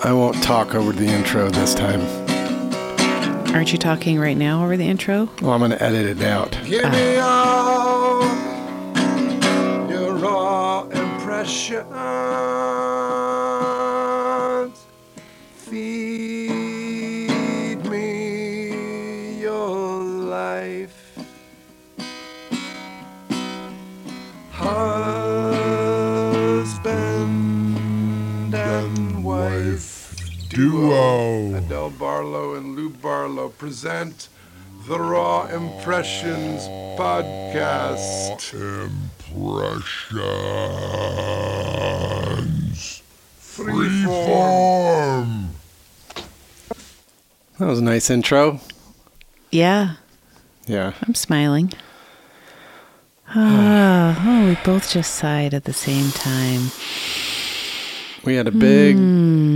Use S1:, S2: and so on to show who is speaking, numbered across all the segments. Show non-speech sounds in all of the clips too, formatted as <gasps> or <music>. S1: I won't talk over the intro this time.
S2: Aren't you talking right now over the intro?
S1: Well, I'm going to edit it out.
S3: Give me all your raw impressions. Feed me your life. Husband and wife duo. Adele Barlow and Lou Barlow present the Raw Impressions podcast. Impressions. Freeform.
S1: That was a nice intro.
S2: Yeah,
S1: Yeah.
S2: I'm smiling. Ah, oh, we both just sighed at the same time.
S1: We had a big,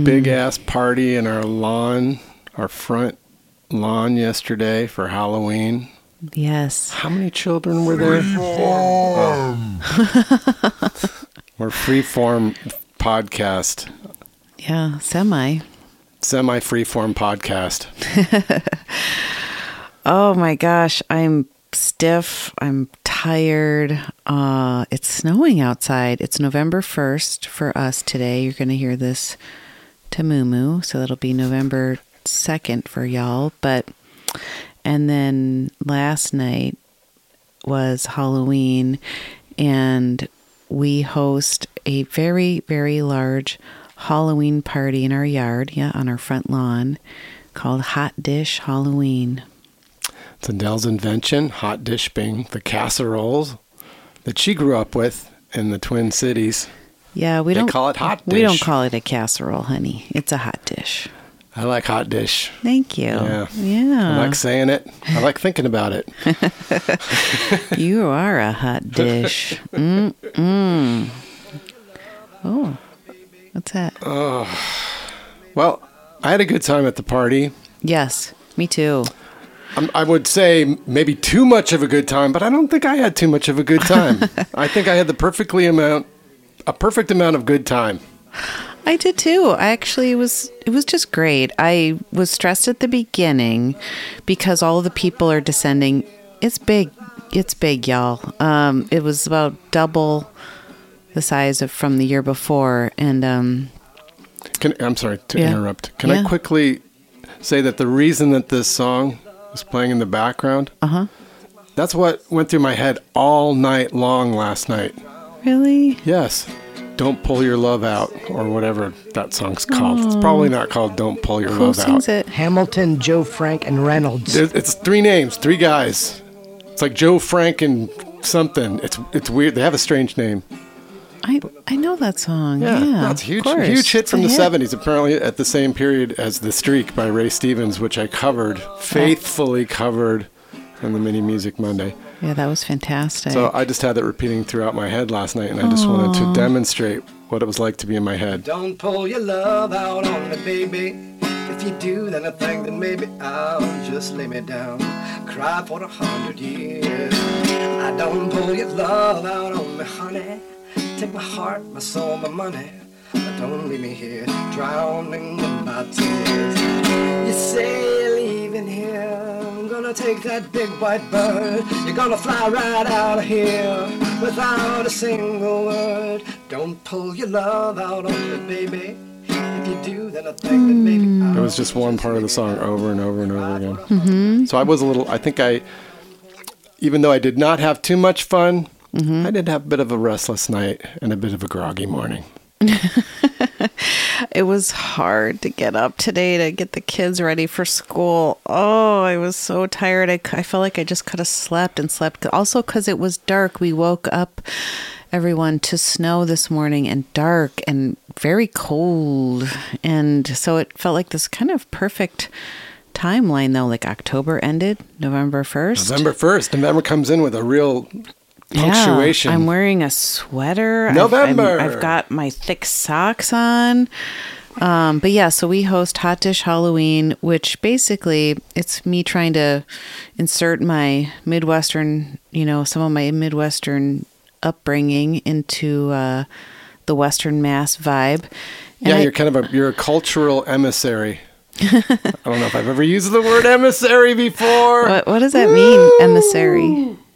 S1: big ass party in our lawn, our front lawn yesterday for Halloween.
S2: Yes.
S1: How many children were there? <laughs> We're freeform podcast,
S2: Yeah, semi.
S1: semi freeform podcast.
S2: Oh my gosh, I'm stiff. I'm tired. Uh, it's snowing outside. It's November 1st for us today. You're going to hear this to Mumu, so that'll be November 2nd for y'all, but and then last night was Halloween and we host a very very large Halloween party in our yard, yeah, on our front lawn called Hot Dish Halloween.
S1: It's Adele's invention, hot dish being the casseroles that she grew up with in the Twin Cities.
S2: Yeah, we
S1: They
S2: don't
S1: call it hot
S2: We don't
S1: dish.
S2: call it a casserole, honey. It's a hot dish.
S1: I like hot dish.
S2: Thank you.
S1: Yeah. I
S2: Yeah.
S1: like saying it. I like thinking about it.
S2: you are
S1: <laughs>
S2: a hot dish. Mm-mm. Oh, what's that?
S1: Well, I had a good time at the party.
S2: Yes, me too.
S1: I'm, I would say maybe too much of a good time, but I don't think I had too much of a good time. I think I had the perfectly amount, a perfect amount of good time.
S2: I did too. I actually was it was just great. I was stressed at the beginning because all of the people are descending. It's big. It's big, y'all. Um it was about double the size of from the year before and um
S1: Can, I'm sorry to
S2: Yeah.
S1: interrupt. Can
S2: Yeah.
S1: I quickly say that the reason that this song is playing in the background? Uh
S2: Uh-huh.
S1: huh. That's what went through my head all night long last night.
S2: really
S1: Yes. Don't pull your love out, or whatever that song's called. It's probably not called "Don't Pull Your
S2: Who
S1: Love Out."
S2: sings it?
S4: Hamilton, Joe Frank, and Reynolds.
S1: There's, it's three names, three guys. It's like Joe Frank and something. It's it's weird. They have a strange name.
S2: I I know that song. Yeah,
S1: that's
S2: of
S1: huge.
S2: course.
S1: Huge hit
S2: It's
S1: from
S2: a
S1: the seventies. Apparently, at the same period as "The Streak" by Ray Stevens, which I covered faithfully covered on the Mini Music Monday.
S2: Yeah, that was fantastic.
S1: So I just had that repeating throughout my head last night, and I just wanted to demonstrate what it was like to be in my head.
S3: Don't pull your love out on me, baby. If you do, then I think that maybe I'll just lay me down, cry for a hundred years. I don't pull your love out on me, honey. Take my heart, my soul, my money. But don't leave me here, drowning in my tears. You say leaving here, I'm gonna take that big white bird. You're gonna fly right out of here without a single word. Don't pull your love out on me, baby. If you do, then I think that maybe I'll
S1: It was just one part of the song over and over and over again.
S2: Mm-hmm.
S1: So I was a little. I think I, even though I did not have too much fun,
S2: Mm-hmm.
S1: I did have a bit of a restless night and a bit of a groggy morning.
S2: it was hard to get up today to get the kids ready for school. Oh, I was so tired. I, c- I felt like I just could have slept and slept. Also, because it was dark, we woke up everyone to snow this morning and dark and very cold. And so it felt like this kind of perfect timeline, though. Like October ended, November 1st.
S1: November first. November comes in with a real
S2: Yeah,
S1: punctuation.
S2: I'm wearing a sweater. I've-
S1: November.
S2: I've, I've got my thick socks on. Um, but yeah, so we host Hot Dish Halloween, which basically it's me trying to insert my Midwestern, you know, some of my Midwestern upbringing into uh, the Western Mass vibe. And
S1: yeah,
S2: I-
S1: you're kind of a you're a cultural
S2: <laughs>
S1: emissary. I don't know if I've ever used the word emissary before.
S2: what, what does that mean, emissary? <laughs>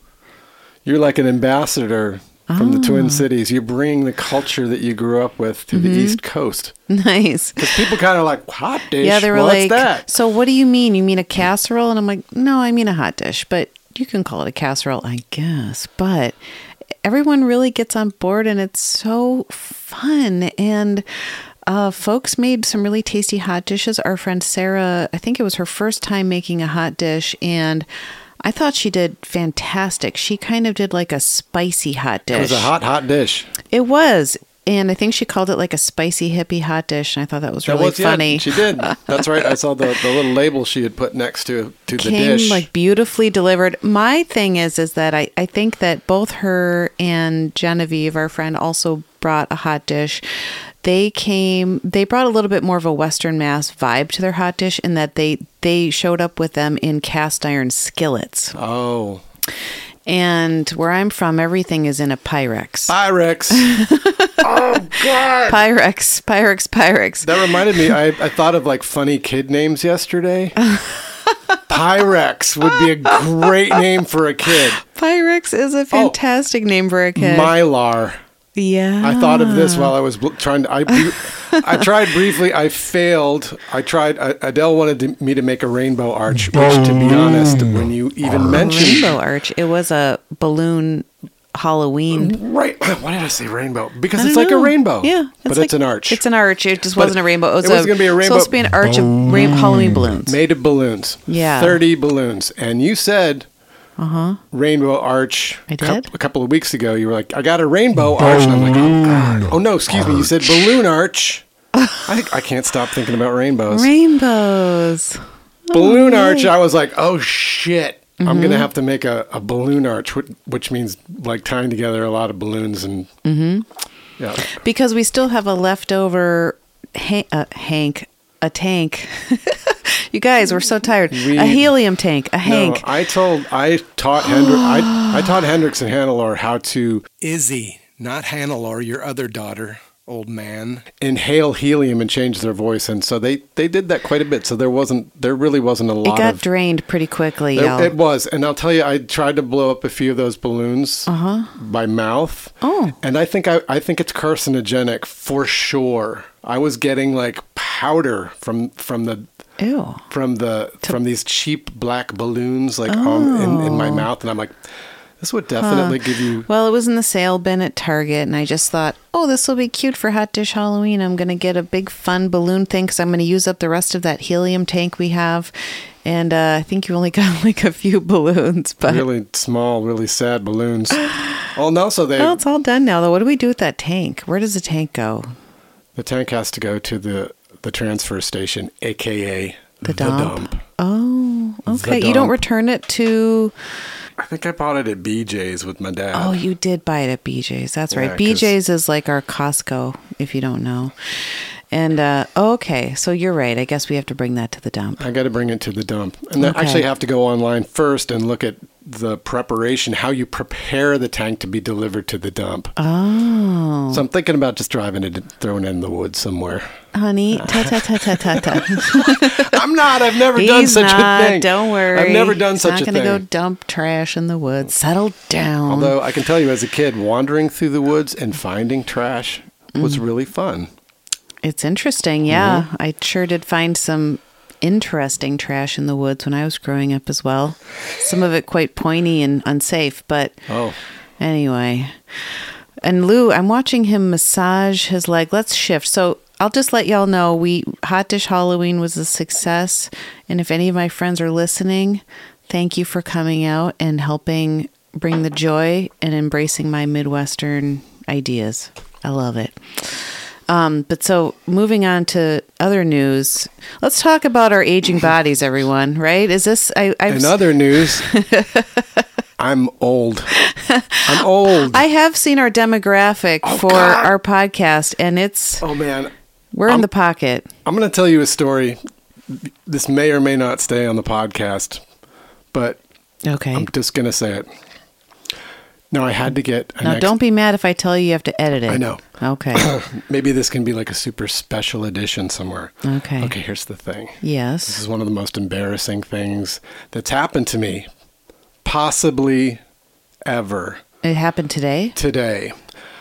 S1: You're like an ambassador from the
S2: Ah.
S1: Twin Cities. You're bringing the culture that you grew up with to
S2: Mm-hmm.
S1: the East Coast.
S2: Nice.
S1: People kind of like hot dish.
S2: Yeah, they were
S1: What's
S2: like,
S1: that?
S2: "So what do you mean? You mean a casserole?" And I'm like, "No, I mean a hot dish, but you can call it a casserole, I guess." But everyone really gets on board, and it's so fun. And uh, folks made some really tasty hot dishes. Our friend Sarah, I think it was her first time making a hot dish, and. I thought she did fantastic. She kind of did like a spicy hot dish.
S1: it was a hot, hot dish.
S2: It was. And I think she called it like a spicy hippie hot dish. And I thought that was
S1: That
S2: really
S1: was- yeah,
S2: funny.
S1: she
S2: <laughs>
S1: did. That's right. I saw the, the little label she had put next to to the
S2: came
S1: dish.
S2: like beautifully delivered. My thing is is that I, I think that both her and Genevieve, our friend, also brought a hot dish. They came they brought a little bit more of a Western Mass vibe to their hot dish in that they they showed up with them in cast iron skillets.
S1: oh,
S2: And where I'm from, everything is in a Pyrex.
S1: Pyrex.
S2: Pyrex, Pyrex,
S1: <laughs>
S2: Pyrex.
S1: that reminded me. I, I thought of like funny kid names
S2: <laughs>
S1: yesterday. Pyrex would be a great name for a kid.
S2: <laughs> Pyrex is
S1: Oh.
S2: a fantastic name for a kid.
S1: Mylar.
S2: yeah.
S1: I thought of
S2: Ah.
S1: this while I was bl- trying to. I, br- I tried briefly. I failed. I tried. I, Adele wanted to, me to make a rainbow arch, which, to be honest, when you even mentioned
S2: Rainbow Arch. It was a balloon Halloween.
S1: right, <clears throat> why did I say rainbow? Because it's like a rainbow.
S2: Yeah,
S1: but it's
S2: like-
S1: an arch.
S2: It's an arch. It just
S1: But
S2: wasn't a rainbow. It was,
S1: it was
S2: a,
S1: gonna be a rainbow
S2: Supposed to be an arch of rain, Halloween balloons.
S1: made of balloons.
S2: Yeah. Uh-huh.
S1: thirty balloons, and you said. Uh huh. Rainbow arch.
S2: I
S1: a coup-
S2: did?
S1: a couple of weeks ago. You were like, "I got a rainbow arch," and I'm like, "Oh, God. oh no, excuse me." You said balloon arch. I think I can't stop thinking about rainbows.
S2: Rainbows.
S1: balloon arch i was like oh shit i'm
S2: Mm-hmm.
S1: gonna have to make a, a balloon arch which, which means like tying together a lot of balloons and
S2: Mm-hmm.
S1: yeah
S2: Because we still have a leftover ha- uh, Hank, a tank. <laughs> you guys, we're so tired. a helium tank, a Hank.
S1: No, i told i taught Hendri- I, I taught hendrix and hannelore how to
S3: Izzy, not Hannelore, your other daughter, old man.
S1: inhale helium and change their voice and so they they did that quite a bit so there wasn't there really wasn't a lot
S2: it got
S1: of
S2: drained pretty quickly,
S1: It-
S2: y'all.
S1: It was, and I'll tell you, I tried to blow up a few of those balloons by mouth.
S2: Uh-huh. Oh.
S1: and I think I, I think it's carcinogenic for sure. I was getting like powder from from the
S2: Ew.
S1: from the from these cheap black balloons like um, in, in my
S2: Oh.
S1: mouth, and I'm like, this would definitely give you.
S2: Well, it was in the sale bin at Target, and I just thought, oh, this will be cute for Hot Dish Halloween. I'm going to get a big fun balloon thing because I'm going to use up the rest of that helium tank we have. And uh, I think you only <laughs> got like a few balloons, but
S1: Really small, really sad
S2: <gasps>
S1: balloons. Oh no! So they
S2: well, it's all done now, though. What do we do with that tank? Where does the tank go?
S1: the tank has to go to the the transfer station, aka
S2: The dump. Oh, okay. You don't
S1: dump.
S2: return it to.
S1: I think I bought it at BJ's with my dad.
S2: Oh, you did buy it at BJ's. That's
S1: Yeah,
S2: right.
S1: 'cause-
S2: BJ's is like our Costco, if you don't know. And uh, okay, so you're right. I guess we have to bring that to the dump.
S1: I got to bring it to the dump. And then
S2: Okay.
S1: actually have to go online first and look at the preparation, how you prepare the tank to be delivered to the dump.
S2: Oh.
S1: So I'm thinking about just driving it, and throwing it in the woods
S2: <laughs>
S1: somewhere. <laughs>
S2: honey. Ta ta ta ta ta ta.
S1: I'm not. I've never done
S2: He's
S1: such
S2: not.
S1: a thing.
S2: Don't worry.
S1: I've never done
S2: He's
S1: such a
S2: Not gonna go
S1: thing.
S2: dump trash in the woods. Settle down.
S1: Although I can tell you, as a kid, wandering through the woods and finding trash was
S2: Mm.
S1: really fun.
S2: it's interesting. Yeah,
S1: Mm-hmm.
S2: I sure did find some interesting trash in the woods when I was growing up as well. Some of it quite pointy and unsafe, but
S1: Oh,
S2: Anyway, and Lou, I'm watching him massage his leg. Let's shift. So I'll just let y'all know we Hot Dish Halloween was a success, and if any of my friends are listening, thank you for coming out and helping bring the joy and embracing my Midwestern ideas. I love it. Um, but so moving on to other news, let's talk about our aging bodies, everyone. Right? Is this I? I've,
S1: In other news,
S2: <laughs>
S1: I'm old. I'm old.
S2: I have seen our demographic for
S1: Oh, God.
S2: our podcast, and it's
S1: oh man,
S2: we're in the pocket.
S1: I'm going to tell you a story. This may or may not stay on the podcast, but
S2: Okay.
S1: I'm just going to say it. No, I had to get an
S2: now,
S1: ex-
S2: don't be mad if I tell you you have to edit it.
S1: I know. <coughs>
S2: Okay.
S1: Maybe this can be like a super special edition somewhere.
S2: Okay.
S1: Okay, here's the thing. This
S2: yes.
S1: is one of the most embarrassing things that's happened to me, possibly ever
S2: It happened today.
S1: today.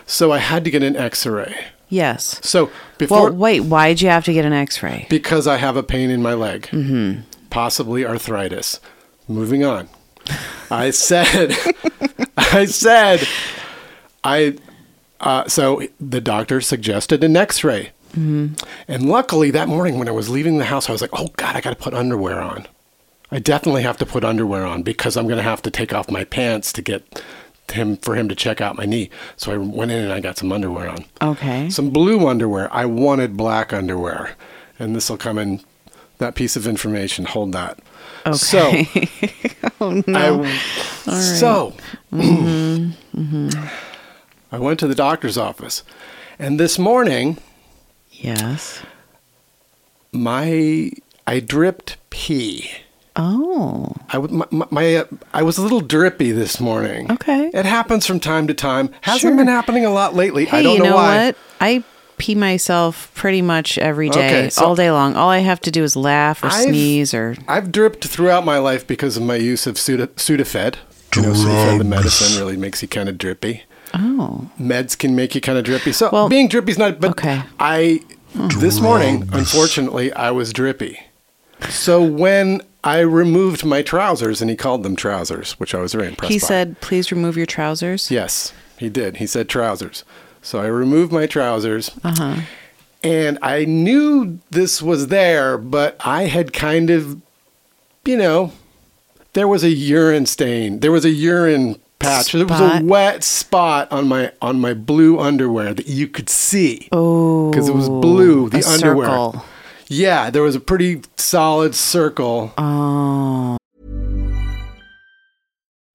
S1: So I had to get an x ray.
S2: Yes.
S1: So before,
S2: well, wait. Why'd you have to get an X-ray?
S1: because I have a pain in my leg, possibly arthritis. Moving on. I said, <laughs> I said, I. Uh, so the doctor suggested an X-ray, and luckily that morning when I was leaving the house, I was like, "Oh God, I got to put underwear on. I definitely have to put underwear on because I'm going to have to take off my pants to get him for him to check out my knee." So I went in and I got some underwear on <laughs>
S2: Okay.
S1: some blue underwear. I wanted black underwear. And this will come in that piece of information. Hold that. Okay.
S2: <laughs>
S1: So, I, so <clears throat>
S2: Mm-hmm,
S1: I went to the doctor's office. And this morning,
S2: yes.
S1: my I dripped pee.
S2: Oh.
S1: I, w- my, my- my, uh, I was a little drippy this morning.
S2: Okay.
S1: It happens from time to time. Hasn't
S2: Sure.
S1: been happening a lot lately.
S2: Hey,
S1: I don't
S2: you know,
S1: why.
S2: what? I pee myself pretty much every day,
S1: Okay, so-
S2: all day long. All I have to do is laugh or
S1: I've-
S2: sneeze or
S1: I've dripped throughout my life because of my use of Sudaf- Sudafed. You know, Sudafed, the medicine, really makes you kind of drippy.
S2: oh.
S1: Meds can make you kind of drippy. So
S2: Well,
S1: being drippy is not. But
S2: okay.
S1: I this morning, unfortunately, I was drippy. So when I removed my trousers, and he called them trousers, which I was very impressed.
S2: He
S1: by.
S2: said, "Please remove your trousers."
S1: Yes, he did. He said trousers. So I removed my trousers.
S2: Uh-huh.
S1: And I knew this was there, but I had kind of, you know, there was a urine stain. There was a urine patch. There was
S2: Spot.
S1: a wet spot on my on my blue underwear that you could see.
S2: Oh.
S1: Because it was blue, the
S2: a
S1: underwear.
S2: circle.
S1: Yeah, there was a pretty solid circle.
S2: Oh.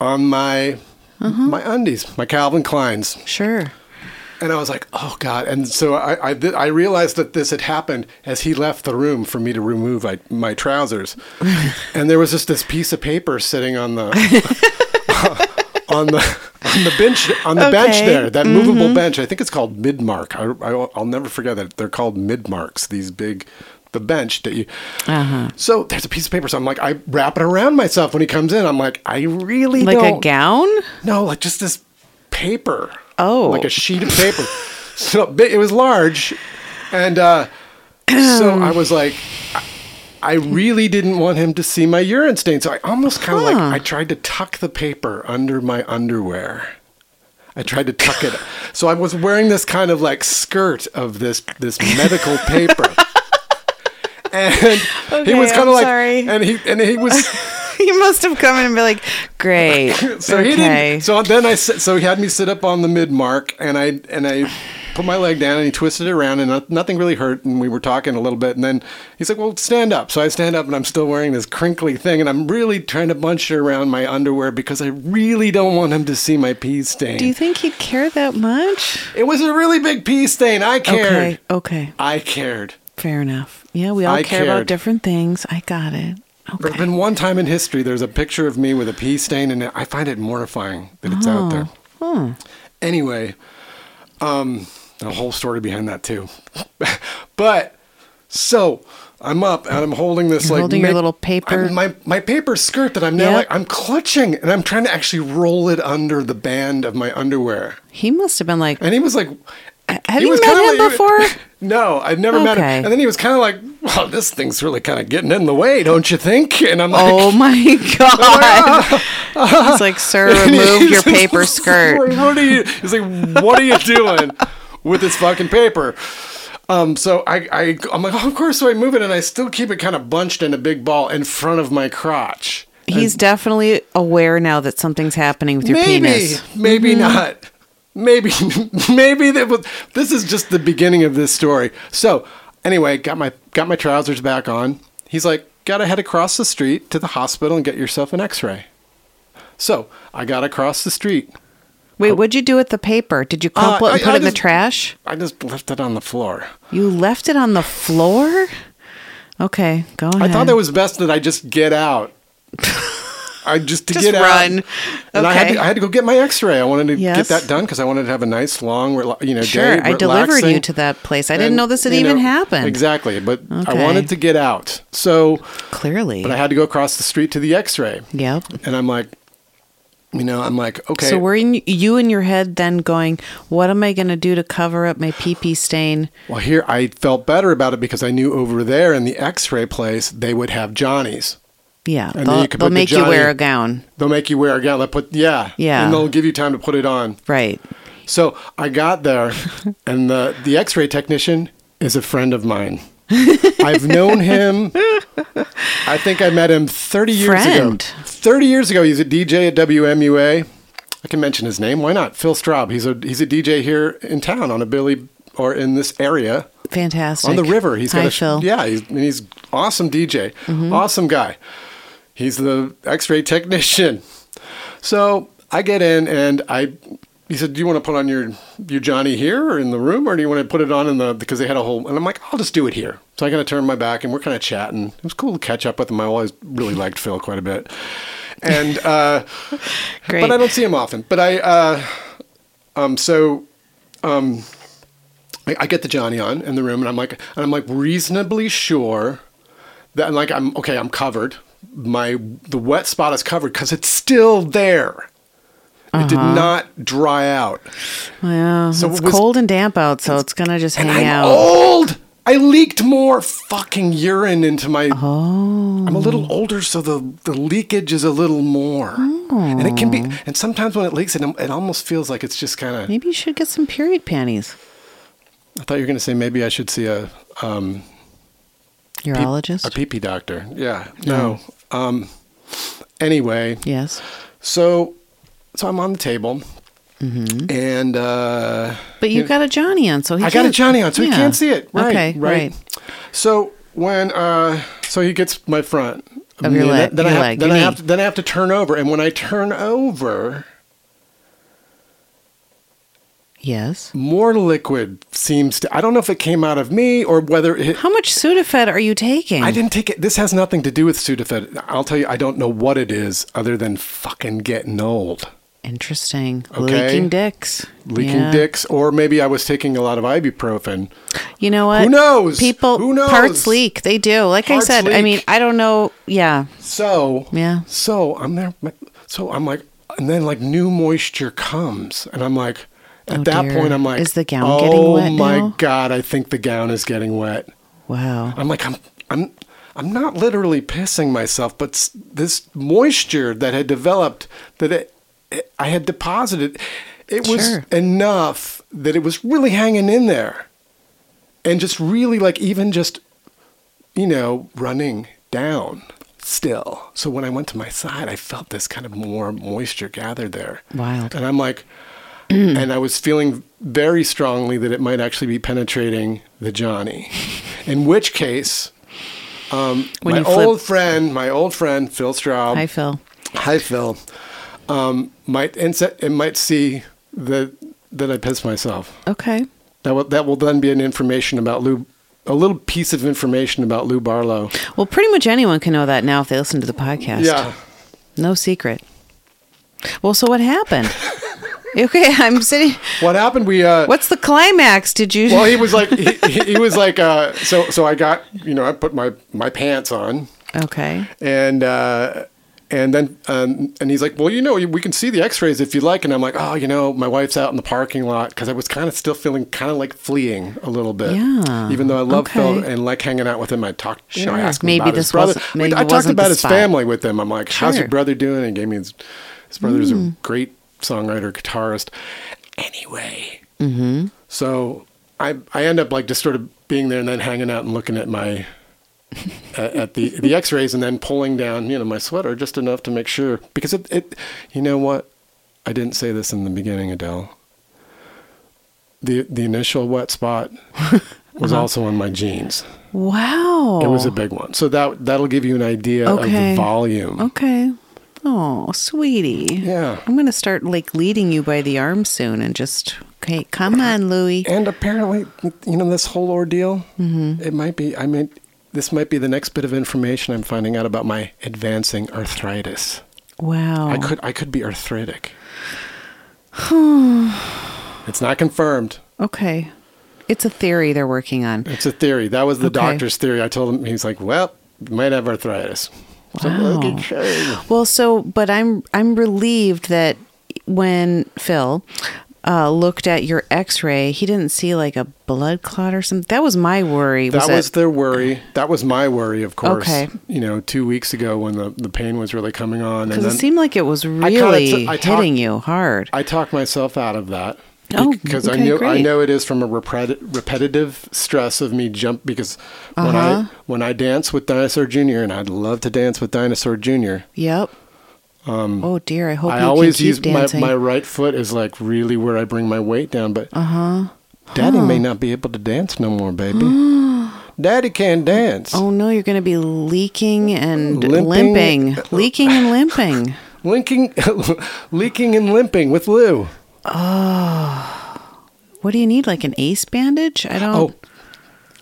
S1: On my
S2: Uh-huh.
S1: my undies, my Calvin Kleins.
S2: Sure.
S1: And I was like, oh God. And so I, I, th- I realized that this had happened as he left the room for me to remove my, my
S2: <laughs>
S1: trousers. and there was just this piece of paper sitting on the. On the on the bench on the bench
S2: Okay. Mm-hmm.
S1: there that movable bench I think it's called midmark I, I I'll never forget that they're called midmarks these big the bench that you
S2: Uh-huh.
S1: so there's a piece of paper so I'm like I wrap it around myself when he comes in I'm like I really
S2: Like
S1: don't
S2: a <laughs> gown?
S1: no, like just this paper.
S2: Oh.
S1: Like a sheet of
S2: <laughs>
S1: paper. so bi- it was large. And uh, so
S2: <clears throat>
S1: I was like, I- I really didn't want him to see my urine stain. So I almost kind of
S2: Huh.
S1: like, I tried to tuck the paper under my underwear. I tried to tuck it. So I was wearing this kind of like skirt of this this medical
S2: <laughs>
S1: paper. And
S2: Okay,
S1: he was kind
S2: I'm
S1: of like,
S2: sorry.
S1: and he and he was
S2: he must have come in and be like, "Great."
S1: <laughs> so
S2: okay.
S1: he didn't. So then I sit, so he had me sit up on the mid mark, and I and I put my leg down, and he twisted it around, and no- nothing really hurt. And we were talking a little bit, and then he's like, "Well, stand up." So I stand up, and I'm still wearing this crinkly thing, and I'm really trying to bunch it around my underwear because I really don't want him to see my pee stain.
S2: Do you think he'd care that much?
S1: it was a really big pee stain. I cared.
S2: Okay. Okay.
S1: I cared.
S2: Fair enough. Yeah, we all
S1: I
S2: care about
S1: cared.
S2: different things. I got it.
S1: There's
S2: Okay.
S1: been <laughs> one time in history there's a picture of me with a pee stain, and I find it mortifying that it's out there.
S2: Hmm.
S1: Anyway, um, the whole story behind that too. <laughs> but So I'm up and I'm holding this
S2: You're
S1: like
S2: holding your little paper-
S1: I'm- my my paper skirt that I'm now
S2: Yeah.
S1: like I'm clutching and I'm trying to actually roll it under the band of my underwear.
S2: He must have been like,
S1: And he was like,
S2: "Have
S1: he
S2: you
S1: was
S2: met
S1: kinda
S2: him
S1: like- <laughs>
S2: before?" <laughs>
S1: No, I've never met him.
S2: Okay.
S1: And then he was kind of like, "Well, this thing's really kind of getting in the way, don't you think?" And I'm like,
S2: oh my
S1: <laughs>
S2: god! He's like, "Sir,
S1: <laughs>
S2: remove your
S1: He's like, <laughs>
S2: paper skirt."
S1: What are you? He's like, what are you doing with this fucking paper? Um, so I, I, I'm like, oh, of course. So I move it, and I still keep it kind of bunched in a big ball in front of my crotch.
S2: He's definitely aware now that something's happening with your
S1: maybe,
S2: penis. Mm-hmm.
S1: maybe not. Maybe, <laughs> maybe that was. This is just the beginning of this story. So anyway, got my got my trousers back on. He's like, gotta head across the street to the hospital and get yourself an X-ray. So I got across the street.
S2: Wait, what'd you do with the paper? Did you crumple
S1: Oh. Uh,
S2: it and
S1: I- I
S2: put it in the
S1: just-
S2: trash?
S1: I just left it on the floor.
S2: You left it on the floor? Okay, go ahead.
S1: I thought it was best that I just get
S2: <laughs>
S1: out. I just to
S2: Just
S1: get
S2: run.
S1: out. And I had,
S2: Okay.
S1: to, I had to go get my X-ray. I wanted to
S2: Yes.
S1: get that done because I wanted to have a nice long, rela- you know,
S2: Sure,
S1: day.
S2: I delivered you
S1: relaxing.
S2: to that place. I didn't
S1: And,
S2: know this had
S1: you
S2: even
S1: know,
S2: happened.
S1: Exactly, but
S2: Okay.
S1: I wanted to get out. So,
S2: Clearly.
S1: but I had to go across the street to the X-ray,
S2: yep.
S1: and I'm like, you know, I'm like, okay,
S2: So were in, you in your head then going, what am I going to do to cover up my pee pee stain?
S1: Well, here I felt better about it because I knew over there in the X-ray place they would have Johnny's.
S2: Yeah,
S1: And then
S2: they'll,
S1: you could
S2: they'll
S1: put the
S2: make you wear
S1: Johnny-
S2: a gown.
S1: They'll make you wear a gown. They put yeah,
S2: Yeah.
S1: and they'll give you time to put it on.
S2: Right.
S1: So I got
S2: <laughs>
S1: there, and the the X-ray technician is a friend of mine. I've known him. I think I met him 30 years
S2: Friend.
S1: ago. 30 years ago, he's a DJ at WMUA. I can mention his name. Why not? Phil Straub. He's a he's a DJ here in town on a Billy or in this area
S2: Fantastic.
S1: on the river. He's
S2: Hi,
S1: got a
S2: Phil.
S1: yeah. He's, and he's awesome DJ, awesome guy. He's the X-ray technician. So I get in and I. He said, "Do you want to put on your your Johnny here or in the room, or do you want to put it on in the because they had a whole?" And I'm like, "I'll just do it here." So I kind of turned my back and we're kind of chatting. It was cool to catch up with him. I always really liked Phil quite a bit, and uh,
S2: Great.
S1: but uh, I don't see him often. But I, uh, um, so, um, I, I get the Johnny on in the room, and I'm like, and I'm like reasonably sure that I'm like, I'm okay, I'm covered. My the wet spot is covered because it's still there. It did not dry out.
S2: Well,
S1: So
S2: it's
S1: it was-
S2: cold and damp out, so it's going to just hang
S1: I'm
S2: out.
S1: old. I leaked more fucking urine into my. Oh. I'm a little older, so the, the leakage is a little more. And it can be. And sometimes when it leaks, it, it almost feels like it's just kind of.
S2: Maybe you should get some period panties.
S1: I thought you were going to say maybe I should see a um, peep-
S2: Urologist?
S1: a pee pee doctor. Yeah. No. Um, anyway,
S2: yes.
S1: so so I'm on the table,
S2: Mm-hmm.
S1: and uh,
S2: But you got a Johnny on, so he
S1: I got a
S2: can't-
S1: Johnny on, so he
S2: Yeah.
S1: can't see it. Right,
S2: okay,
S1: right. so when uh, so he gets my front
S2: Of your
S1: Yeah,
S2: leg-
S1: then I
S2: your
S1: have,
S2: leg,
S1: then
S2: your
S1: I
S2: knee.
S1: have to, then I have to turn over, and when I turn over,
S2: Yes.
S1: more liquid seems to. I don't know if it came out of me or whether it,
S2: How much Sudafed are you taking?
S1: I didn't take it. This has nothing to do with Sudafed. I'll tell you, I don't know what it is other than fucking getting old.
S2: Interesting.
S1: Okay.
S2: Leaking dicks.
S1: Leaking
S2: Yeah.
S1: dicks, or maybe I was taking a lot of ibuprofen.
S2: You know what?
S1: Who knows?
S2: People.
S1: Who knows?
S2: Parts leak. They do. Like
S1: Parts
S2: I said. I
S1: leak.
S2: mean, I don't know. Yeah.
S1: So,
S2: Yeah.
S1: So I'm there. So I'm like, and then like new moisture comes, and I'm like, at
S2: Oh,
S1: that
S2: dear.
S1: point, I'm like,
S2: Is the gown
S1: oh
S2: getting wet
S1: my
S2: now?"
S1: god, I think the gown is getting wet.
S2: Wow.
S1: I'm like, I'm, I'm, I'm not literally pissing myself, but s- this moisture that had developed that it, it- I had deposited, it was
S2: Sure.
S1: enough that it was really hanging in there, and just really like even just, you know, running down still. So when I went to my side, I felt this kind of more moisture gathered there.
S2: Wild.
S1: And I'm like. And I was feeling very strongly that it might actually be penetrating the Johnny. In which case, um,
S2: When
S1: my
S2: you flip.
S1: old friend, my old friend Phil Straub,
S2: Hi, Phil.
S1: Hi, Phil, um, might inse- and might see that that I pissed myself.
S2: Okay.
S1: That will that will then be an information about Lou, a little piece of information about Lou Barlow.
S2: Well, pretty much anyone can know that now if they listen to the podcast.
S1: Yeah,
S2: No secret. Well, so what happened? <laughs> Okay, I'm sitting.
S1: What happened? We uh,
S2: What's the climax? Did you?
S1: Well, he was like, he, he, he was like, uh, so so I got, you know, I put my my pants on,
S2: okay.
S1: and uh, and then um, and he's like, well, you know, we can see the X-rays if you like, and I'm like, oh, you know, my wife's out in the parking lot because I was kind of still feeling kind of like fleeing a little bit,
S2: Yeah.
S1: Even though I love Phil
S2: Okay.
S1: and like hanging out with him, I talked, you know, I
S2: Sure.
S1: asked him
S2: Maybe
S1: about his
S2: this
S1: brother.
S2: wasn't- maybe
S1: I
S2: it
S1: talked
S2: wasn't the
S1: about his
S2: spot.
S1: family with him. I'm like, how's your
S2: Sure. Hmm.
S1: brother doing? And he gave me his his brother's a great songwriter, guitarist. Anyway.
S2: Mm-hmm.
S1: So I I end up like just sort of being there and then hanging out and looking at
S2: <laughs>
S1: my at, at the the X-rays and then pulling down you know my sweater just enough to make sure because it, it you know what I didn't say this in the beginning Adele the the initial wet
S2: <laughs>
S1: spot was
S2: Uh-huh.
S1: also on my jeans
S2: Wow.
S1: it was a big one so that that'll give you an idea of the
S2: Oh. Okay.
S1: volume
S2: Okay. Oh, sweetie.
S1: Yeah.
S2: I'm gonna start like leading you by the arm soon, and just okay. Come on, Louie.
S1: and apparently you know this whole ordeal
S2: Mm-hmm.
S1: it might be I mean this might be the next bit of information I'm finding out about my advancing arthritis
S2: Wow.
S1: I could I could be
S2: <sighs>
S1: arthritic. it's not confirmed.
S2: Okay. It's a theory they're working on.
S1: It's a theory. That was the
S2: Okay.
S1: doctor's theory. I told him he's like, well, you might have arthritis. So, okay, sure.
S2: Well, so but I'm I'm relieved that when Phil uh, looked at your X-ray, he didn't see like a blood clot or something. That was my worry.
S1: That
S2: that-
S1: was their worry. That was my worry, of course.
S2: Okay.
S1: You know, two weeks ago when the, the pain was really coming on, and
S2: because
S1: then
S2: it seemed like it was
S1: kinda t-
S2: really
S1: I talked-
S2: hitting you hard.
S1: I talked myself out of that.
S2: Oh,
S1: because I
S2: okay,
S1: know I
S2: great.
S1: know it is from a repeti- repetitive stress of me jump because when I
S2: Uh-huh.
S1: when I dance with Dinosaur Jr. and I'd love to dance with Dinosaur Jr.
S2: yep. oh dear. I hope
S1: Um, I
S2: you
S1: always
S2: can keep
S1: use my,
S2: dancing.
S1: my right foot is like really where I bring my weight down, but
S2: Uh-huh.
S1: Daddy may not be able to dance no more, baby.
S2: <gasps>
S1: Daddy can't dance.
S2: Oh no, you're going to be leaking and
S1: Limping.
S2: limping, leaking and limping.
S1: Linking, <laughs> leaking and limping with Lou.
S2: What do you need? Like an ace bandage? I don't.
S1: Oh,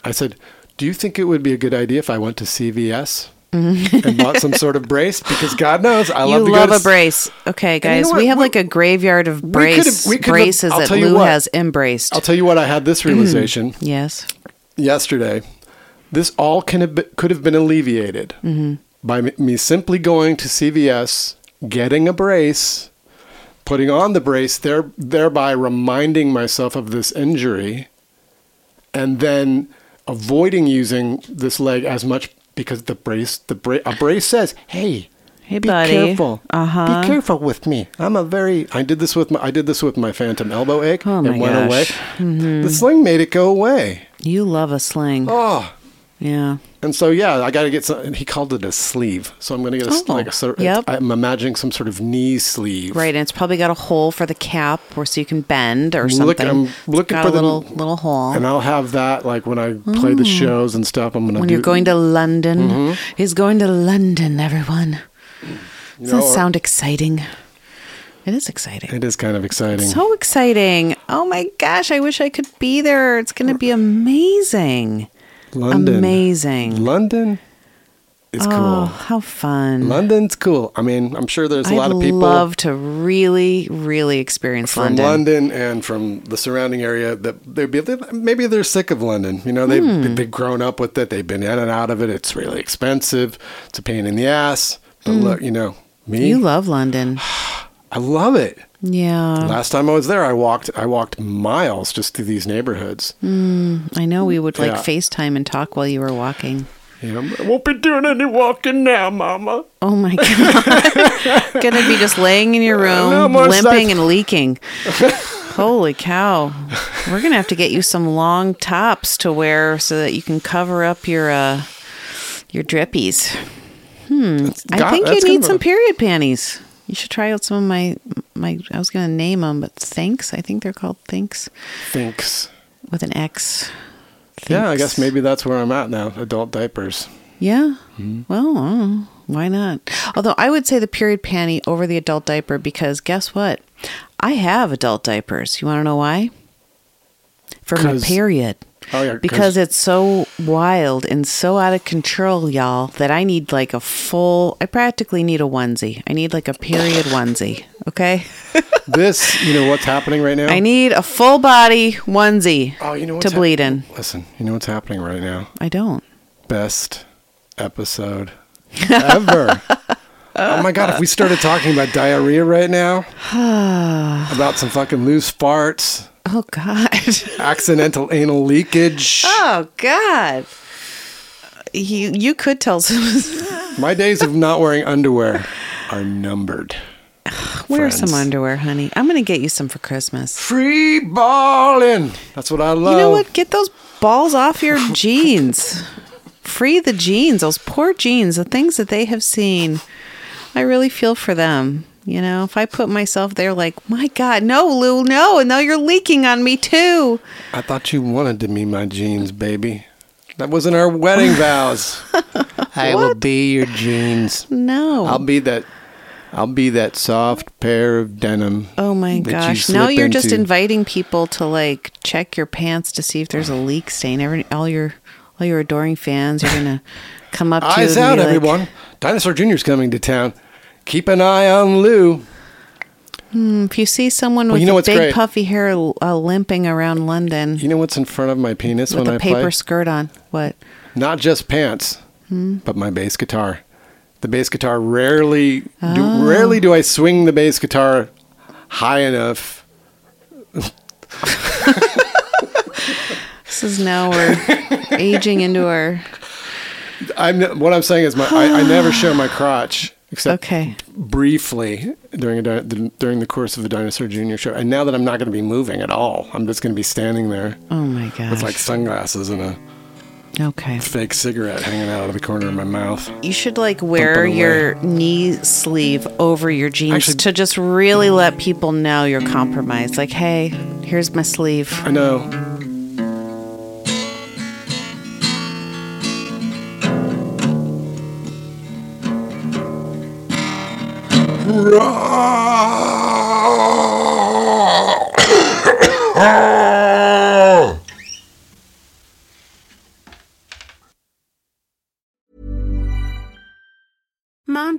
S1: I said, do you think it would be a good idea if I went to CVS and bought some sort of brace? Because God knows I
S2: Mm-hmm. <laughs> you
S1: love to
S2: love,
S1: go to
S2: a brace.
S1: you
S2: Okay,
S1: know
S2: guys,
S1: what?
S2: we have
S1: We-
S2: like a graveyard of
S1: could have-
S2: brace,
S1: we could have-
S2: braces
S1: I'll
S2: that
S1: tell you
S2: Lou
S1: what.
S2: has embraced.
S1: I'll tell you what, I had
S2: Mm-hmm.
S1: this realization
S2: yes.
S1: yesterday. This all can have been, could have been alleviated
S2: Mm-hmm.
S1: by me- me simply going to CVS, getting a brace, putting on the brace, there, thereby reminding myself of this injury, and then avoiding using this leg as much because the brace, the bra- a brace says, "Hey,
S2: Hey,
S1: be
S2: buddy.
S1: careful.
S2: Uh huh.
S1: Be careful with me. I'm a very. I did this with my. I did this with my phantom elbow ache.
S2: Oh
S1: it
S2: my
S1: went
S2: gosh. Mm-hmm.
S1: away. The sling made it go away.
S2: You love a sling.
S1: Oh.
S2: Yeah.
S1: And so yeah, I got to get some. and He called it a sleeve, so I'm going to get a, s-
S2: Oh,
S1: like a sort.
S2: yep.
S1: I'm imagining some sort of knee sleeve.
S2: Right, and it's probably got a hole for the cap, or so you can bend or something.
S1: I'm
S2: It's
S1: looking
S2: got
S1: for
S2: a
S1: the-
S2: little little hole.
S1: And I'll have that like when I play the shows and stuff. I'm going to.
S2: Mm. when
S1: do,
S2: you're going to London,
S1: Mm-hmm.
S2: he's going to London. Everyone,
S1: you
S2: doesn't
S1: know,
S2: that sound exciting? It is exciting.
S1: It is kind of exciting.
S2: So exciting. Oh my gosh, I wish I could be there. It's going to be amazing.
S1: London.
S2: Amazing.
S1: London. is
S2: Oh,
S1: cool.
S2: how fun.
S1: London's cool. I mean, I'm sure there's a
S2: I'd
S1: lot of people.
S2: love to really, really experience
S1: from
S2: London.
S1: London. and from the surrounding area that they'd be maybe they're sick of London. You know, they've
S2: Hmm.
S1: they've grown up with it. They've been in and out of it. It's really expensive. It's a pain in the ass. But look, you know, me,
S2: Hmm. You love
S1: <sighs>
S2: London.
S1: I love it.
S2: Yeah.
S1: Last time I was there, I walked I walked miles just through these neighborhoods.
S2: I know we would like
S1: Yeah.
S2: FaceTime and talk while you were walking.
S1: You know, I won't be doing any walking now, Mama.
S2: Oh my <laughs> God. Going to be just laying in your room,
S1: Uh, No more
S2: limping
S1: sight- <laughs>
S2: and leaking. Holy cow. We're going to have to get you some long tops to wear so that you can cover up your, uh, your drippies. I
S1: God,
S2: think you
S1: that's kind
S2: need
S1: of
S2: some
S1: a-
S2: period panties. You should try out some of my my. I was going to name them, but thanks. I think they're called thanks
S1: Thanks.
S2: with an X.
S1: Yeah, I guess
S2: Thinks.
S1: maybe that's where I'm at now. Adult diapers.
S2: Yeah. Well, I don't know. why not? Although I would say the period panty over the adult diaper because guess what? I have adult diapers. You want to know why? For my
S1: 'Cause-
S2: period.
S1: Oh, yeah, 'cause-
S2: because it's so wild and so out of control, y'all, that I need like a full. I practically need a onesie. I need like a period onesie. Okay,
S1: This, you know what's happening right now?
S2: I need a full body onesie.
S1: oh, you know what's
S2: to
S1: hap-
S2: bleed in.
S1: Listen, you know what's happening right now?
S2: I don't. <sighs>
S1: Best
S2: <laughs>
S1: episode ever. oh my god, if we started talking about diarrhea right now, about some fucking loose farts,
S2: Oh God. <laughs>
S1: accidental anal leakage,
S2: Oh God. You you could tell some <laughs>
S1: my days of not wearing underwear are numbered.
S2: wear
S1: Friends.
S2: some underwear, honey. I'm gonna get you some for Christmas.
S1: Free balling. That's what I love.
S2: You know what? Get those balls
S1: <laughs>
S2: off your jeans. Free the jeans, those poor jeans, the things that they have seen. I really feel for them. You know, if I put myself there like, my God, no, Lou, no, and now you're leaking on me too.
S1: I thought you wanted to be my jeans, baby. That was in our wedding vows. <laughs> I will be your jeans.
S2: No.
S1: I'll be that. I'll be that soft pair of denim.
S2: Oh my
S1: that you
S2: gosh. Now
S1: slip
S2: you're just
S1: into.
S2: inviting people to like check your pants to see if there's a leak stain. Every all your all your adoring fans are gonna come up to
S1: Eyes
S2: you and
S1: out,
S2: be like,
S1: everyone! Dinosaur Junior's coming to town. Keep an eye on Lou.
S2: "Hmm, If you see someone
S1: Well,
S2: with
S1: you know
S2: a
S1: what's
S2: big
S1: great?
S2: puffy hair uh, limping around London
S1: You know what's in front of my penis
S2: with
S1: when
S2: a
S1: I
S2: paper
S1: play?
S2: skirt on, what?
S1: Not just pants, but my bass guitar. The bass guitar rarely, do, rarely do I swing the bass guitar high enough.
S2: This is now
S1: <laughs>
S2: we're aging into our
S1: I'm what I'm saying is my I, I never show my crotch except
S2: okay.
S1: briefly during a di- the, during the course of the Dinosaur Junior show. And now that I'm not going to be moving at all, I'm just going to be standing there
S2: Oh my
S1: with
S2: gosh.
S1: like sunglasses and a
S2: okay.
S1: fake cigarette hanging out of the corner of my mouth.
S2: You should like wear
S1: away.
S2: your knee sleeve over your jeans
S1: Actually- mm.
S2: to just really let people know you're compromised. Like, hey, here's my sleeve.
S1: I know.
S5: Mom